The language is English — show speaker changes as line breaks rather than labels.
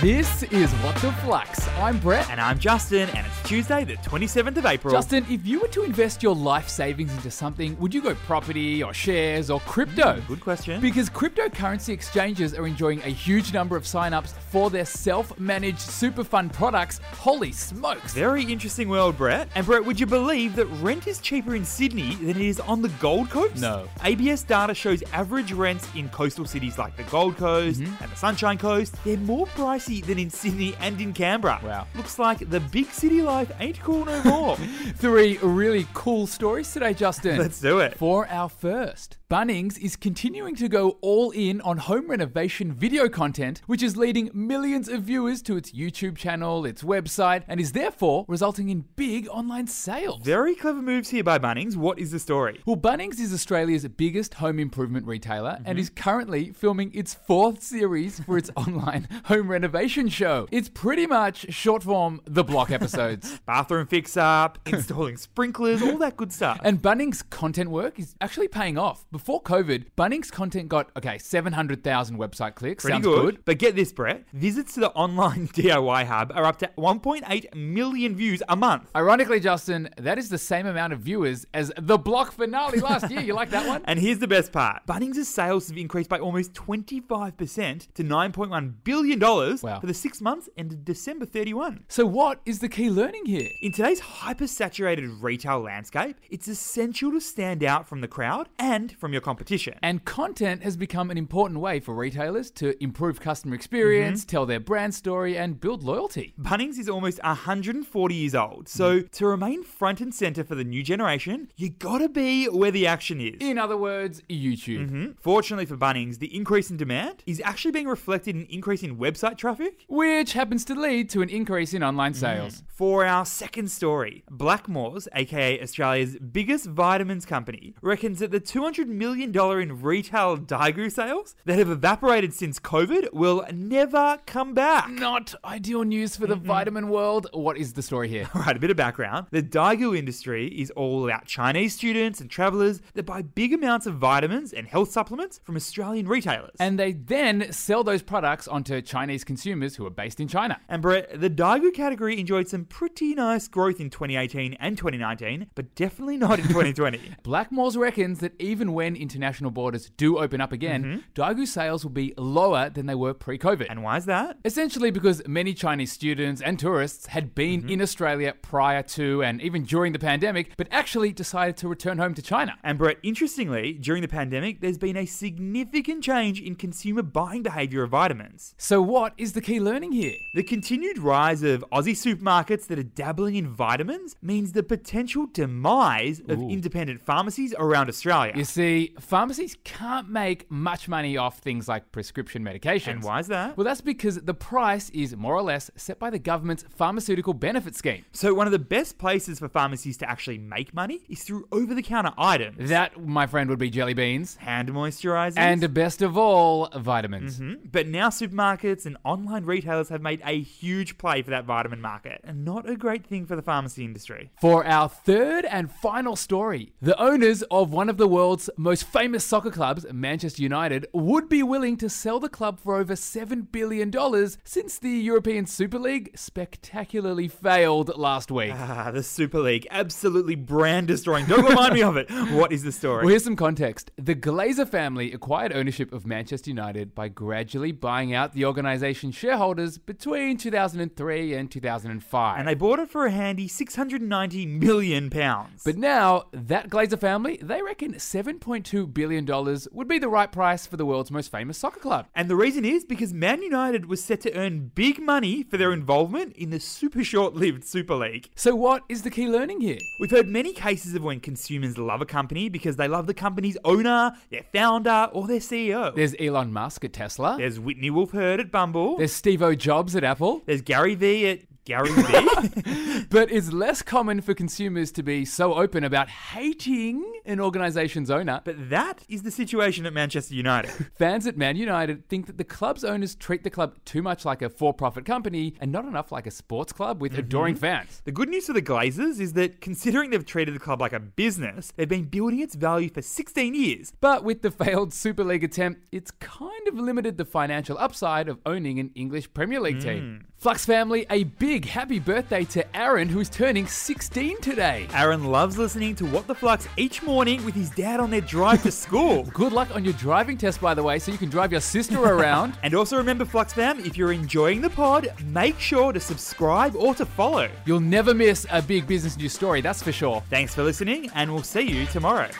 This is What the Flux. I'm Brett.
And I'm Justin, and it's Tuesday, the 27th of April.
Justin, if you were to invest your life savings into something, would you go property or shares or crypto?
Hmm, Good question.
Because cryptocurrency exchanges are enjoying a huge number of sign-ups for their self-managed super fund products. Holy smokes.
Very interesting world, Brett. And Brett, would you believe that rent is cheaper in Sydney than it is on the Gold Coast?
No.
ABS data shows average rents in coastal cities like the Gold Coast
Mm-hmm.
and the Sunshine Coast, they're more pricey than in Sydney and in Canberra.
Wow.
Looks like the big city life ain't cool no more.
Three really cool stories today, Justin.
Let's do it.
For our first, Bunnings is continuing to go all in on home renovation video content, which is leading millions of viewers to its YouTube channel, its website, and is therefore resulting in big online sales.
Very clever moves here by Bunnings. What is the story?
Well, Bunnings is Australia's biggest home improvement retailer and is currently filming its fourth series for its online home renovation show. It's pretty much short form The Block episodes.
Bathroom fix up, installing sprinklers, all that good stuff.
And Bunnings' content work is actually paying off. Before COVID, Bunnings' content got, okay, 700,000 website clicks.
Pretty
Sounds
good. But get this, Brett. Visits to the online DIY hub are up to 1.8 million views a month.
Ironically, Justin, that is the same amount of viewers as the block finale last year. You like that one?
And here's the best part Bunnings' sales have increased by almost 25% to $9.1 billion
Wow.
for the six months ended December 31.
So, what is the key learning here?
In today's hyper saturated retail landscape, it's essential to stand out from the crowd and from your competition.
And content has become an important way for retailers to improve customer experience,
Mm-hmm.
tell their brand story, and build loyalty.
Bunnings is almost 140 years old, so
Mm-hmm.
to remain front and center for the new generation, you gotta be where the action is.
In other words, YouTube.
Mm-hmm. Hmm? Fortunately for Bunnings, the increase in demand is actually being reflected in increase in website traffic.
Which happens to lead to an increase in online
Mm-hmm.
sales.
For our second story, Blackmores, aka Australia's biggest vitamins company, reckons that the $200 million in retail Daigou sales that have evaporated since COVID will never come back.
Not ideal news for the vitamin world. What is the story here?
Right, a bit of background. The Daigou industry is all about Chinese students and travelers that buy big amounts of vitamins and health supplements from Australian retailers.
And they then sell those products onto Chinese consumers who are based in China.
And Brett, the Daigou category enjoyed some pretty nice growth in 2018 and 2019, but definitely not in 2020.
Blackmores reckons that even when international borders do open up again, Daigou sales will be lower than they were pre COVID.
Mm-hmm. and why is that?
Essentially, because many Chinese students and tourists had been
Mm-hmm.
in Australia prior to and even during the pandemic, but actually decided to return home to China.
And Brett, interestingly, during the pandemic, there's been a significant change in consumer buying behaviour of vitamins.
So, what is the key learning here?
The continued rise of Aussie supermarkets that are dabbling in vitamins means the potential demise of
Ooh.
independent pharmacies around Australia.
You see, pharmacies can't make much money off things like prescription medications.
And why is that?
Well, that's because the price is more or less set by the government's pharmaceutical benefit scheme.
So, one of the best places for pharmacies to actually make money is through over the counter items.
That, my friend, would be jelly beans.
Hand moisturizers.
And best of all, vitamins.
Mm-hmm. But now supermarkets and online retailers have made a huge play for that vitamin market, and not a great thing for the pharmacy industry.
For our third and final story, the owners of one of the world's most famous soccer clubs, Manchester United, would be willing to sell the club for over $7 billion since the European Super League spectacularly failed last week.
Ah, the Super League, absolutely brand destroying. Don't remind me of it. What is the story?
Well, here's some context. The Glazer family acquired ownership of Manchester United by gradually buying out the organisation's shareholders between 2003 and 2005.
and they bought it for a handy 690 million pounds.
But now, that Glazer family, they reckon $7.2 billion would be the right price for the world's most famous soccer club.
and the reason is because Man United was set to earn big money for their involvement in the super short-lived Super League.
So, what is the key learning here?
We've heard many cases of when consumers love a company because they love the company's owner, their founder, or their E CEO.
There's Elon Musk at Tesla,
There's Whitney Wolf Heard at Bumble.
there's Steve O. Jobs at Apple,
There's Gary Vee at Gary Vee.
But it's less common for consumers to be so open about hating an organisation's owner.
but that is the situation at Manchester United.
Fans at Man United think that the club's owners treat the club too much like a for profit company and not enough like a sports club with adoring fans.
The good news for the Glazers is that considering they've treated the club like a business, they've been building its value for 16 years.
But with the failed Super League attempt, it's kind of limited the financial upside of owning an English Premier League team. Flux family, a big happy birthday to Aaron, who's turning 16 today.
Aaron loves listening to What the Flux each morning with his dad on their drive to school.
Good luck on your driving test, by the way, so you can drive your sister around.
And also remember, Flux fam, if you're enjoying the pod, make sure to subscribe or to follow.
You'll never miss a big business news story, that's for sure.
Thanks for listening, and we'll see you tomorrow.